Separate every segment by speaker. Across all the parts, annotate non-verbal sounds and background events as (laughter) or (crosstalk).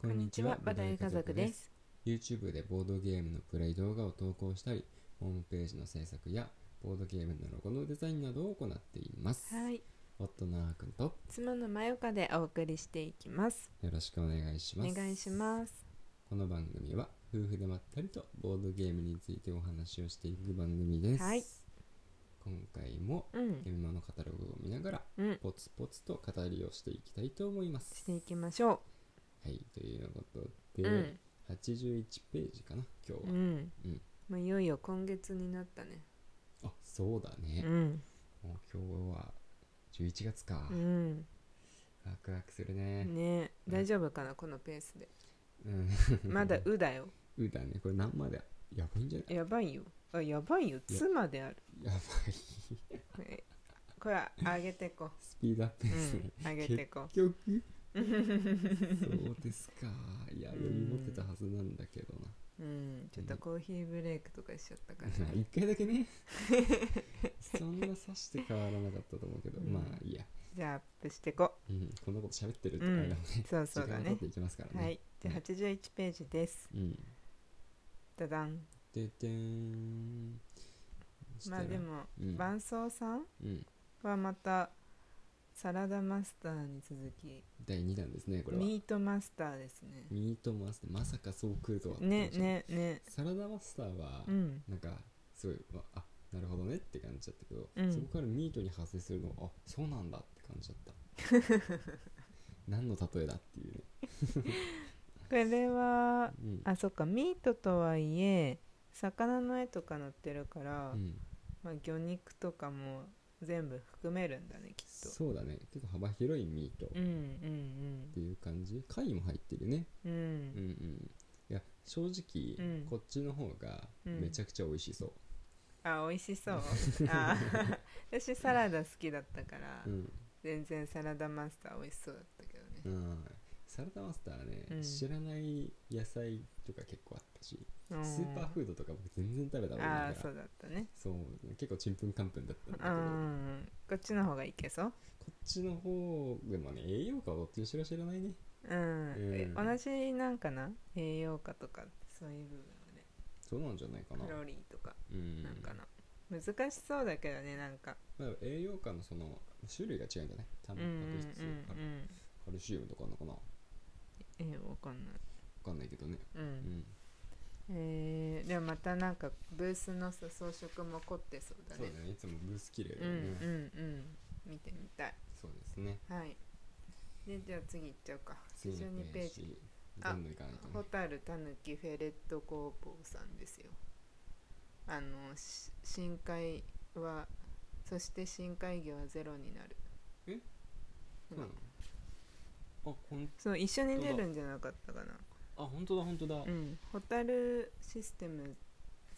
Speaker 1: こんにちは、
Speaker 2: バ
Speaker 1: バ
Speaker 2: ダ
Speaker 1: ダ
Speaker 2: イ
Speaker 1: イ
Speaker 2: 家
Speaker 1: 家
Speaker 2: 族
Speaker 1: 族
Speaker 2: で
Speaker 1: ですす。
Speaker 2: YouTube でボードゲームのプレイ動画を投稿したり、ホームページの制作やボードゲームのロゴのデザインなどを行っています。はい、夫のあーくんと
Speaker 1: 妻のまよかでお送りしていきます。
Speaker 2: よろしくお願いし
Speaker 1: お
Speaker 2: ます。
Speaker 1: 願いします。
Speaker 2: この番組は夫婦でまったりとボードゲームについてお話をしていく番組です。
Speaker 1: はい
Speaker 2: 今回も
Speaker 1: うん
Speaker 2: ゲ、ームマのカタログを見ながら
Speaker 1: うん、
Speaker 2: ポツポツと語りをしていきたいと思います。
Speaker 1: していきましょ
Speaker 2: はい、ということ
Speaker 1: う。
Speaker 2: で、
Speaker 1: うん、
Speaker 2: 81ページかな、今日
Speaker 1: う
Speaker 2: は。
Speaker 1: ん
Speaker 2: うん、
Speaker 1: もういよいよ今月になったね。
Speaker 2: あそうだね。
Speaker 1: うん、
Speaker 2: もう今日は11月か、
Speaker 1: うん、
Speaker 2: ワクワクするね
Speaker 1: ね、
Speaker 2: うん
Speaker 1: 大丈夫かな、このペースで。
Speaker 2: うん
Speaker 1: まだうだよ。
Speaker 2: うだねこれ何までやばいんじゃない
Speaker 1: やばいよ。あ、やばいよ。妻である。
Speaker 2: やばい
Speaker 1: えこれは上げてこ。
Speaker 2: スピードアップ
Speaker 1: う
Speaker 2: ですね
Speaker 1: ん、、上げてこ。
Speaker 2: 結局そうですかいや読み持ってたはずなんだけどな
Speaker 1: うん、ちょっとコーヒーブレイクとかしちゃったから。
Speaker 2: 1回だけねそんな刺して変わらなかったと思うけど、
Speaker 1: うん
Speaker 2: まあいいや、
Speaker 1: じゃあアップしてこ。
Speaker 2: うん、こんなこと喋ってるとあれだもんね、
Speaker 1: そうそうだ
Speaker 2: (laughs) 時間を取
Speaker 1: ね
Speaker 2: って。いきますからね
Speaker 1: はい、じゃあ81ページです。
Speaker 2: うん
Speaker 1: ダダン。
Speaker 2: でてーんそした
Speaker 1: まあ
Speaker 2: ら
Speaker 1: でも、
Speaker 2: うん
Speaker 1: 伴奏さん
Speaker 2: うん、
Speaker 1: はまたサラダマスターに続き
Speaker 2: 第2弾ですねこれは
Speaker 1: ミートマスターですね。
Speaker 2: ミートマスターまさかそう来るとはって
Speaker 1: ね
Speaker 2: 感じ
Speaker 1: ねね。
Speaker 2: サラダマスターは
Speaker 1: うん。
Speaker 2: なんかすごい、わあなるほどねって感じだったけど、
Speaker 1: うん
Speaker 2: そこからミートに派生するのあそうなんだって感じだった
Speaker 1: (laughs)
Speaker 2: 何の例えだっていうね、
Speaker 1: これは
Speaker 2: うん
Speaker 1: あそっかミートとはいえ魚の絵とか載ってるから、
Speaker 2: うん、
Speaker 1: まあ、魚肉とかも全部含めるんだねきっと。
Speaker 2: そうだね結構幅広いミートっ
Speaker 1: うん
Speaker 2: ていう感じ貝も入ってるね
Speaker 1: うんうん。う
Speaker 2: うん
Speaker 1: ん
Speaker 2: うんいや正直、
Speaker 1: うん
Speaker 2: こっちの方が
Speaker 1: うん
Speaker 2: めちゃくちゃ美味しそう、
Speaker 1: あ美味しそうあ私サラダ好きだったから、
Speaker 2: うん
Speaker 1: 全然サラダマスター美味しそうだったけどね、
Speaker 2: うんサラダマスターはね、
Speaker 1: うん
Speaker 2: 知らない野菜とか結構あったし
Speaker 1: うん
Speaker 2: スーパーフードとか僕全然食べたこと
Speaker 1: あ
Speaker 2: な
Speaker 1: あ
Speaker 2: いか
Speaker 1: そう
Speaker 2: ら
Speaker 1: だったね
Speaker 2: そう結構ちんぷんかんぷんだったんだけ
Speaker 1: う
Speaker 2: ど、
Speaker 1: んこっちの方がいけそう
Speaker 2: こっちの方でもね栄養価はどっちにしろ知らないね
Speaker 1: うん、え
Speaker 2: うん
Speaker 1: 同じなんかな栄養価とかそういう部分はね
Speaker 2: そうなんじゃないかな
Speaker 1: カロリーとか
Speaker 2: うん
Speaker 1: なんかな、難しそうだけどねなんか
Speaker 2: まあ、栄養価のその種類が違うんだねタン
Speaker 1: うん
Speaker 2: パ
Speaker 1: うん
Speaker 2: ク質カ
Speaker 1: うん
Speaker 2: ル
Speaker 1: うん
Speaker 2: カルシウムとかあんのかなわ
Speaker 1: えわかんない
Speaker 2: かんないけどね
Speaker 1: うん、
Speaker 2: うん
Speaker 1: えーでもまたなんかブースのさ装飾も凝ってそうだ
Speaker 2: そう
Speaker 1: ね
Speaker 2: だねいつもブース綺麗
Speaker 1: う
Speaker 2: だ
Speaker 1: ん
Speaker 2: よ
Speaker 1: う
Speaker 2: ね、
Speaker 1: んうん見てみたい
Speaker 2: そうですね
Speaker 1: はいでじゃあ次いっちゃうか
Speaker 2: 次の
Speaker 1: 12
Speaker 2: ペ
Speaker 1: ペ
Speaker 2: ー
Speaker 1: ージ
Speaker 2: ジ
Speaker 1: あ
Speaker 2: どんどんいかないと
Speaker 1: ホ
Speaker 2: ね
Speaker 1: タルタヌキフェレット工房さんですよあのし深海はそして深海魚はゼロになる
Speaker 2: えそうなのあほん
Speaker 1: そう一緒に出
Speaker 2: 本当だ
Speaker 1: るんじゃなかったかな
Speaker 2: あ本当だ本当だ、
Speaker 1: うんホタルシステム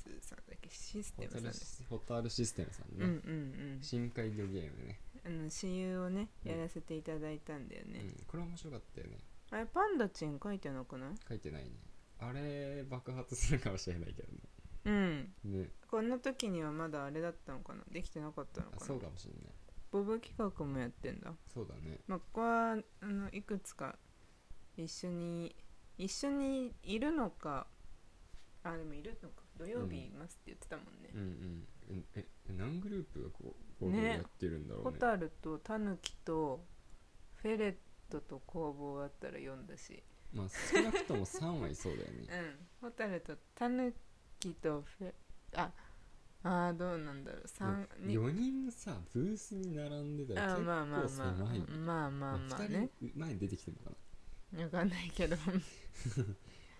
Speaker 1: ズさんだっけシス
Speaker 2: ホ
Speaker 1: テム
Speaker 2: タ
Speaker 1: さん
Speaker 2: ル
Speaker 1: で
Speaker 2: シ
Speaker 1: す
Speaker 2: スホタルシステムさん
Speaker 1: うん
Speaker 2: ね、
Speaker 1: うんうん
Speaker 2: 深海魚ゲームね
Speaker 1: あの私有をね
Speaker 2: うん
Speaker 1: やらせていただいたんだよね、
Speaker 2: うん、これ面白かったよね
Speaker 1: あれパンダチン書いてなくない
Speaker 2: 書いてないねあれ爆発するかもしれないけど
Speaker 1: うん
Speaker 2: ねね
Speaker 1: この時にはまだあれだったのかなできてなかったの
Speaker 2: あ
Speaker 1: か
Speaker 2: そ
Speaker 1: な
Speaker 2: うかもしれない
Speaker 1: ボブ企画もやってんだ
Speaker 2: そうだね
Speaker 1: まあ、ここはあのいくつか一緒に一緒にいるのかあでもいるのか土曜日いますって言ってたもん
Speaker 2: う
Speaker 1: ね、
Speaker 2: んうんええ何グループがこうこういうの
Speaker 1: ね
Speaker 2: やってるんだろうね
Speaker 1: ホタルとタヌキとフェレットと工房あったら読んだし
Speaker 2: まあ少なくとも3はいそうだよ
Speaker 1: う
Speaker 2: ね
Speaker 1: んホタルとタヌキとフェああーどうなんだろう (laughs) 三に
Speaker 2: 4人さブースに並んでたら
Speaker 1: あー
Speaker 2: 結
Speaker 1: まあまあ
Speaker 2: 構
Speaker 1: まあ
Speaker 2: 狭いね
Speaker 1: まあまあまあ
Speaker 2: 2
Speaker 1: ね
Speaker 2: 人前に出てきてるのかな
Speaker 1: わかんないけど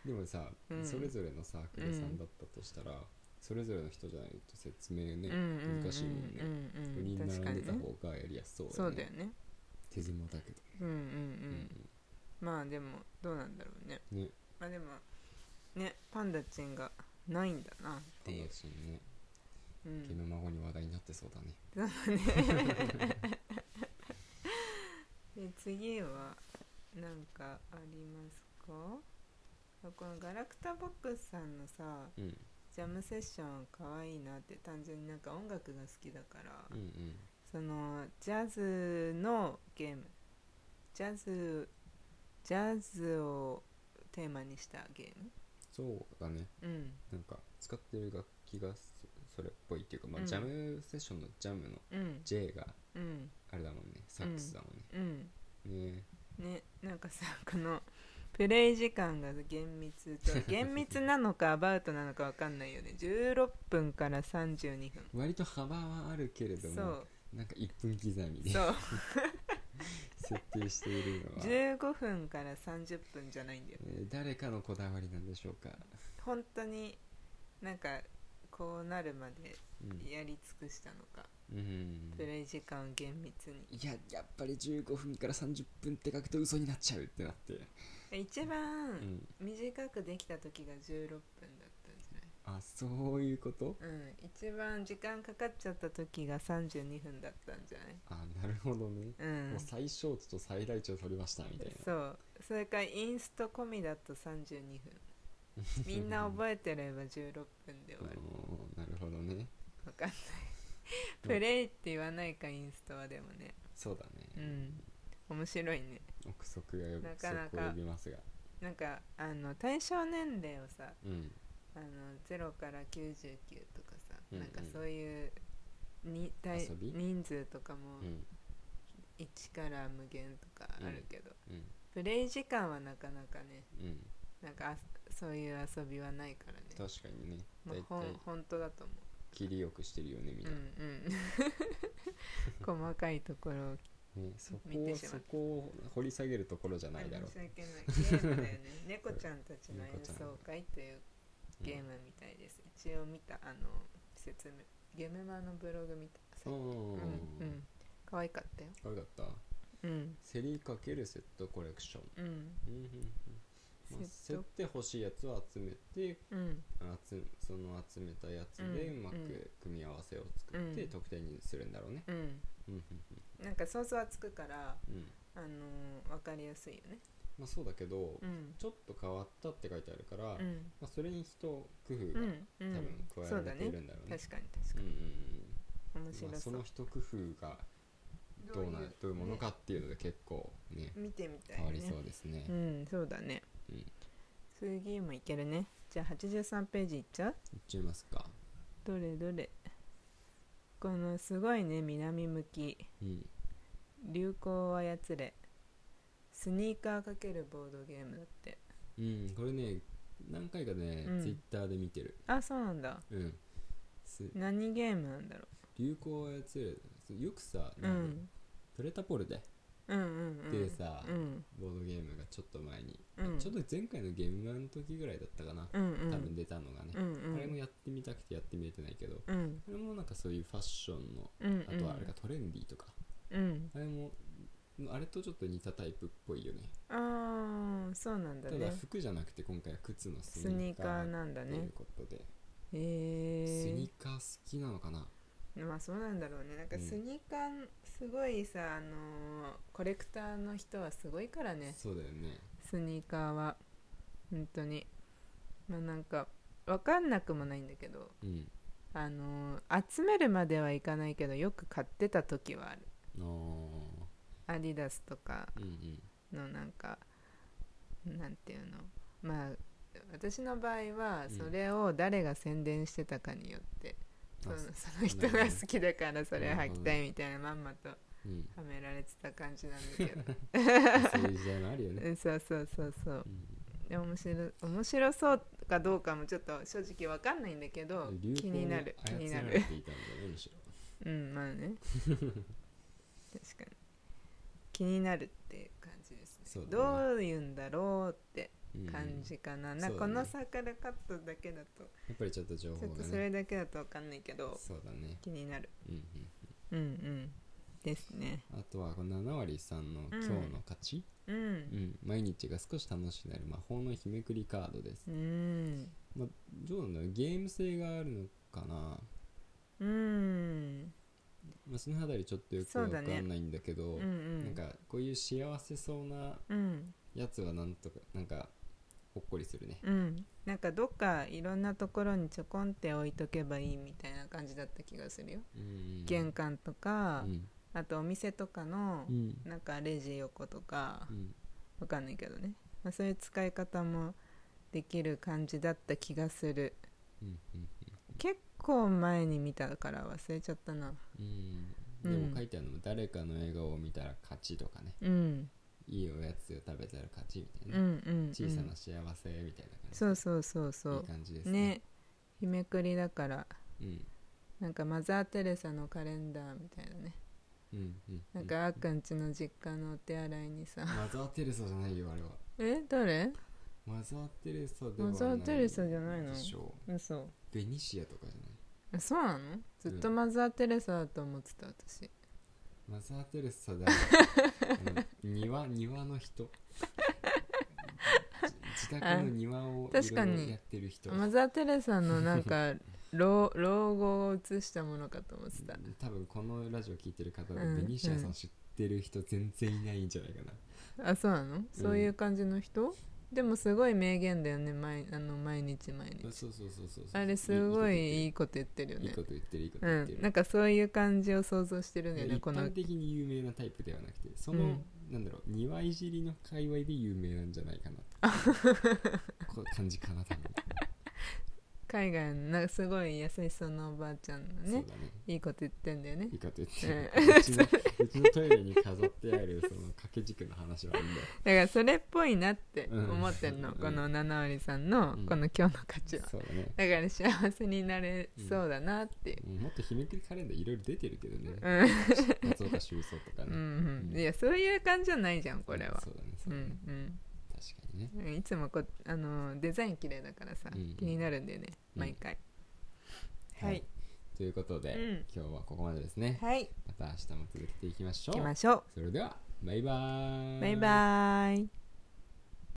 Speaker 2: でもさ、
Speaker 1: うん
Speaker 2: それぞれのサークルさんだったとしたら、それぞれの人じゃないと説明ね、
Speaker 1: うんうんうん
Speaker 2: 難しいもんね、
Speaker 1: うんう
Speaker 2: 4
Speaker 1: ん
Speaker 2: 人並
Speaker 1: 確か
Speaker 2: んで
Speaker 1: に
Speaker 2: た
Speaker 1: ね
Speaker 2: 方がやりやすそうだ
Speaker 1: そ
Speaker 2: よ
Speaker 1: う
Speaker 2: ね
Speaker 1: だよね
Speaker 2: 手狭だけど、
Speaker 1: うんうん
Speaker 2: う
Speaker 1: うんまあでもどうなんだろうね
Speaker 2: ね
Speaker 1: まあでもねパンダちんがないんだなって
Speaker 2: 友
Speaker 1: いう、
Speaker 2: 達にね
Speaker 1: う
Speaker 2: 毛
Speaker 1: ん、
Speaker 2: の孫に話題になってそうだね
Speaker 1: で次はなんかありますかあこのガラクタボックスさんのさ
Speaker 2: うん
Speaker 1: ジャムセッションかわいいなって単純になんか音楽が好きだから、
Speaker 2: うんうん
Speaker 1: そのジャズのゲームジャズジャズをテーマにしたゲーム
Speaker 2: そうだね
Speaker 1: うん
Speaker 2: なんか使ってる楽器がそそれっぽいっていうか、まあ
Speaker 1: うん
Speaker 2: ジャムセッションのジャムの
Speaker 1: うん
Speaker 2: J が
Speaker 1: うん
Speaker 2: あれだもんねサックスだもんね、
Speaker 1: うん
Speaker 2: ね
Speaker 1: ねなんかさ (laughs) このプレイ時間が厳密と
Speaker 2: (laughs)
Speaker 1: 厳密なのかアバウトなのかわかんないよね16分から32分
Speaker 2: 割と幅はあるけれど
Speaker 1: そ
Speaker 2: も
Speaker 1: う
Speaker 2: なんか1分刻みで
Speaker 1: そう
Speaker 2: 設定しているのは、え
Speaker 1: 15分から30分じゃないんだよ
Speaker 2: ー誰かのこだわりなんでしょうか、
Speaker 1: 本当になんかこうなるまで
Speaker 2: うん
Speaker 1: やり尽くしたのか、
Speaker 2: うん、
Speaker 1: プレイ時間を厳密に
Speaker 2: いややっぱり15分から30分って書くと嘘になっちゃうってなって、
Speaker 1: 一
Speaker 2: う
Speaker 1: 番
Speaker 2: ん、
Speaker 1: 短くできた時が16分だったんじゃない
Speaker 2: あそういうこと
Speaker 1: うん、一番時間かかっちゃった時が32分だったんじゃない
Speaker 2: あなるほどね、
Speaker 1: うん
Speaker 2: もう最小値と最大値を取りましたみたいな
Speaker 1: そうそれからインスト込みだと32分みんな覚えてれば16分で終わる
Speaker 2: おーなるほどね
Speaker 1: わかんない
Speaker 2: (laughs)
Speaker 1: プレイって言わないかインストはでもね
Speaker 2: そうだ
Speaker 1: う
Speaker 2: ね、
Speaker 1: ん面白いね
Speaker 2: 憶測が
Speaker 1: な
Speaker 2: 憶
Speaker 1: かなか
Speaker 2: 測を呼びますが
Speaker 1: なんかあの対象年齢をさ
Speaker 2: うん
Speaker 1: あの0から99とかさ、
Speaker 2: うんうん
Speaker 1: なんかそういうに対
Speaker 2: 遊び
Speaker 1: 人数とかも
Speaker 2: うん
Speaker 1: 1から無限とかあるけど、
Speaker 2: うん
Speaker 1: プレイ時間はなかなかね
Speaker 2: うん
Speaker 1: なんかあそういう遊びはないからね、
Speaker 2: 確かにね
Speaker 1: まあ
Speaker 2: 大、
Speaker 1: ほん
Speaker 2: 体
Speaker 1: 本当だと思う
Speaker 2: 切りよくしてるよねみん
Speaker 1: う
Speaker 2: な、
Speaker 1: んうん細かいところを
Speaker 2: ね、そこ
Speaker 1: 見て
Speaker 2: を
Speaker 1: しま
Speaker 2: そうこを掘り下げるところじゃないだろう
Speaker 1: 申し訳ないゲームだよね猫ちゃんたちの演
Speaker 2: 猫ちゃん
Speaker 1: 奏会というゲームみたいです、一応見たあの説明ゲームマンのブログ見た
Speaker 2: う
Speaker 1: うん
Speaker 2: ん
Speaker 1: う
Speaker 2: うん
Speaker 1: ん可愛かったよ
Speaker 2: あれだった
Speaker 1: うん
Speaker 2: セリかけるセットコレクション
Speaker 1: うん
Speaker 2: うんうんうんまあ、
Speaker 1: セ
Speaker 2: 競
Speaker 1: ッ
Speaker 2: っ
Speaker 1: ト
Speaker 2: て欲しいやつを集めて
Speaker 1: うん
Speaker 2: 集めその集めたやつで
Speaker 1: うん
Speaker 2: うまく組み合わせを作っ
Speaker 1: う
Speaker 2: て
Speaker 1: ん
Speaker 2: 得点にするんだろうね
Speaker 1: うん
Speaker 2: うんうん
Speaker 1: なんか想像はつくから
Speaker 2: うんうん
Speaker 1: あのわかりやすいよね
Speaker 2: まあそうだけど
Speaker 1: うん
Speaker 2: ちょっと変わったって書いてあるから、
Speaker 1: う
Speaker 2: ま
Speaker 1: ん
Speaker 2: あ、それに一工夫
Speaker 1: う
Speaker 2: が
Speaker 1: んう
Speaker 2: 多
Speaker 1: ん
Speaker 2: 分加
Speaker 1: そう
Speaker 2: えら
Speaker 1: だ
Speaker 2: れてい
Speaker 1: ね
Speaker 2: るんだろうね
Speaker 1: 確かに確
Speaker 2: う
Speaker 1: か
Speaker 2: んうん
Speaker 1: に
Speaker 2: う
Speaker 1: 面
Speaker 2: んま
Speaker 1: 白
Speaker 2: あそ
Speaker 1: そう
Speaker 2: の一工夫がどうなどういうものかっていうので結構ね
Speaker 1: 見てみたいね
Speaker 2: 変わりそうですね
Speaker 1: うんそうだね、
Speaker 2: うん
Speaker 1: 次もいけるねじゃあ83ページいっちゃう
Speaker 2: いっちゃいますか
Speaker 1: どれどれこのすごいね南向き
Speaker 2: うん
Speaker 1: 流行を操れスニーカーかけるボードゲームだって
Speaker 2: うんこれね何回かね、
Speaker 1: うん
Speaker 2: ツイッターで見てる
Speaker 1: あそうなんだ
Speaker 2: うんす
Speaker 1: 何ゲームなんだろ
Speaker 2: 流行を操るよくさ、
Speaker 1: う、う
Speaker 2: なん
Speaker 1: ん、
Speaker 2: トレタポルで
Speaker 1: うんうんうん
Speaker 2: でさ
Speaker 1: うん
Speaker 2: ボードゲームがちょっと前に、
Speaker 1: うん
Speaker 2: ちょっと前回のゲームマンの時ぐらいだったかな、
Speaker 1: うんうん
Speaker 2: 多分出たのがね、
Speaker 1: うんうん
Speaker 2: あれもやってみたくてやってみれてないけど、こ
Speaker 1: うん
Speaker 2: れもなんかそういうファッションの
Speaker 1: うん
Speaker 2: あとはあれかトレンディーとか
Speaker 1: うん
Speaker 2: あれもあれとちょっと似たタイプっぽいよね
Speaker 1: ああそうなんだ
Speaker 2: ただ
Speaker 1: ね
Speaker 2: 服じゃなくて今回は靴のス
Speaker 1: ス
Speaker 2: ニ
Speaker 1: ニ
Speaker 2: ー
Speaker 1: ーカ
Speaker 2: カ
Speaker 1: ー
Speaker 2: ー
Speaker 1: なんだ
Speaker 2: とい
Speaker 1: ね
Speaker 2: うことで、
Speaker 1: へ
Speaker 2: ス
Speaker 1: え
Speaker 2: ニーカー好きなのかな
Speaker 1: まあそうなんだろうねなんか
Speaker 2: うん
Speaker 1: スニーカーすごいさ、あのーコレクターの人はすごいからね
Speaker 2: そうだよね
Speaker 1: スニーカーは本当にまあなんかわかんなくもないんだけど
Speaker 2: うん
Speaker 1: あのー集めるまではいかないけどよく買ってた時はある
Speaker 2: あー
Speaker 1: アディダスとか
Speaker 2: うんうん
Speaker 1: のなんかなんていうのまあ私の場合は
Speaker 2: うん
Speaker 1: それを誰が宣伝してたかによって、その
Speaker 2: あ
Speaker 1: その人が好きだからそれを履きたいみたいなまんまと
Speaker 2: うん
Speaker 1: はめられてた感じなんだけど
Speaker 2: (laughs) そういう時代もあるよ
Speaker 1: う
Speaker 2: ね。
Speaker 1: んそうそうそう (laughs) そう
Speaker 2: うん
Speaker 1: で面白い面白そうかどうかもちょっと正直わかんないんだけど
Speaker 2: 流
Speaker 1: 気
Speaker 2: 行
Speaker 1: に
Speaker 2: に
Speaker 1: な
Speaker 2: 操
Speaker 1: る気
Speaker 2: ら
Speaker 1: に
Speaker 2: れ
Speaker 1: なる
Speaker 2: ていたんだね、むしろ。
Speaker 1: うんま
Speaker 2: (laughs)
Speaker 1: あね確かに気になるっていう感じですね
Speaker 2: そうだね
Speaker 1: どういうんだろうって
Speaker 2: うん
Speaker 1: 感じかな,、
Speaker 2: うん
Speaker 1: な
Speaker 2: そう
Speaker 1: こ
Speaker 2: だね
Speaker 1: のサークルカットだけだと
Speaker 2: やっぱりちょっと情
Speaker 1: ち
Speaker 2: 報
Speaker 1: ょっ
Speaker 2: が
Speaker 1: とそ
Speaker 2: ね。
Speaker 1: れだけだとわかんないけど
Speaker 2: そうだね。
Speaker 1: 気になる
Speaker 2: うん
Speaker 1: うんうんですね
Speaker 2: うん。あとは、この7割さんの今日の勝ち。
Speaker 1: う
Speaker 2: うんん。毎日が少し楽しくなる魔法の日めくりカードです
Speaker 1: う。ん
Speaker 2: まあ、どうなんだろうゲーム性があるのかな。
Speaker 1: うん
Speaker 2: まあ、その辺りちょっとよく
Speaker 1: そ
Speaker 2: わ
Speaker 1: う
Speaker 2: か
Speaker 1: だね
Speaker 2: んないんだけど、
Speaker 1: うんう
Speaker 2: なん
Speaker 1: ん
Speaker 2: かこういう幸せそうな
Speaker 1: うん
Speaker 2: やつはなんとか、なんか、ほっこりするね。
Speaker 1: うん、なんかどっかいろんなところにちょこんって置いとけばいいみたいな感じだった気がするよ、
Speaker 2: うん。
Speaker 1: 玄関とか、
Speaker 2: うん。
Speaker 1: あとお店とかの
Speaker 2: う、ん。
Speaker 1: なんかレジ横とか
Speaker 2: うん。
Speaker 1: わかんないけどねまあ、そういう使い方もできる感じだった気がする
Speaker 2: うんうん
Speaker 1: 結構前に見たから忘れちゃったな
Speaker 2: うんうんでも書いてあるのも誰かの笑顔を見たら勝ちとかね
Speaker 1: うん
Speaker 2: いいおやつを食べたら勝ちみたい
Speaker 1: うん
Speaker 2: な、
Speaker 1: うん、うん、
Speaker 2: 小さな幸せみたいな感じ
Speaker 1: そうそうそうそ
Speaker 2: いうい感じです
Speaker 1: ね
Speaker 2: ね
Speaker 1: 日めくりだから
Speaker 2: うん
Speaker 1: なんかマザー・テレサのカレンダーみたいなね
Speaker 2: うんうんう
Speaker 1: なんかあっくんちの実家のお手洗いにさ
Speaker 2: マザー・テレサじゃないよあれは
Speaker 1: (laughs) え誰
Speaker 2: マザー・テレサではない
Speaker 1: マザーテレサじゃないの
Speaker 2: でしょう
Speaker 1: 嘘
Speaker 2: ベニシアとかじゃない
Speaker 1: あそうなのずっとマザー・テレサだと思ってた私
Speaker 2: マザー・テレサであ
Speaker 1: (laughs)
Speaker 2: の庭庭の人自自宅の庭を
Speaker 1: あ確
Speaker 2: い
Speaker 1: か
Speaker 2: ろ
Speaker 1: に
Speaker 2: いろやってる人
Speaker 1: マザー・テレサのなんか (laughs) 老老後を映したものかと思ってた
Speaker 2: 多分このラジオ聞いてる方で
Speaker 1: うん
Speaker 2: ベニシアさ
Speaker 1: うん
Speaker 2: ん知ってる人全然いないんじゃないかな、
Speaker 1: あそうなのそういう感じの人、でもすごい名言だよね毎あの毎日毎日
Speaker 2: そうそうそうそうそう
Speaker 1: あれすごいい
Speaker 2: い
Speaker 1: いこと言ってるよ
Speaker 2: い
Speaker 1: ね
Speaker 2: こと言ってるいいこと
Speaker 1: う
Speaker 2: 言ってる
Speaker 1: ん、なんかそういう感じを想像してるんだよね
Speaker 2: 一
Speaker 1: この
Speaker 2: 般的に有名なタイプではなくてその、
Speaker 1: うん
Speaker 2: なんだろう庭いじりの界隈で有名なんじゃないか
Speaker 1: (laughs)
Speaker 2: なこう感じかな多分
Speaker 1: 海外のなんかすごい優しそうなおばあちゃん
Speaker 2: そ
Speaker 1: の
Speaker 2: う
Speaker 1: ね
Speaker 2: だね
Speaker 1: いいこと言ってんだよね
Speaker 2: いいこと言ってるうちのうちのトイレに飾ってあるその掛け軸の話はいいんだよ
Speaker 1: だからそれっぽいなって
Speaker 2: うん
Speaker 1: 思ってんの、
Speaker 2: うん
Speaker 1: この七割さんの
Speaker 2: うん
Speaker 1: この今日の価値は、
Speaker 2: そうだね
Speaker 1: だから幸せになれそうだなっていう、
Speaker 2: うんもっと日めくりカレンダーいろいろ出てるけどね
Speaker 1: (laughs) うんうん
Speaker 2: 松岡修造とかね、
Speaker 1: うん
Speaker 2: うん
Speaker 1: いやそういう感じじゃないじゃんこれは
Speaker 2: そうだね
Speaker 1: う
Speaker 2: そうだね、
Speaker 1: んうん
Speaker 2: 確かにね
Speaker 1: うんいつもこあのデザイン綺麗だからさ、
Speaker 2: うん
Speaker 1: 気になるんだよね
Speaker 2: うん
Speaker 1: 毎回、はい
Speaker 2: ということで、
Speaker 1: うん
Speaker 2: 今日はここまでですね
Speaker 1: はい
Speaker 2: また明日も続けていきましょ
Speaker 1: 行
Speaker 2: う
Speaker 1: きましょ
Speaker 2: それではバイバー
Speaker 1: うバイバーイ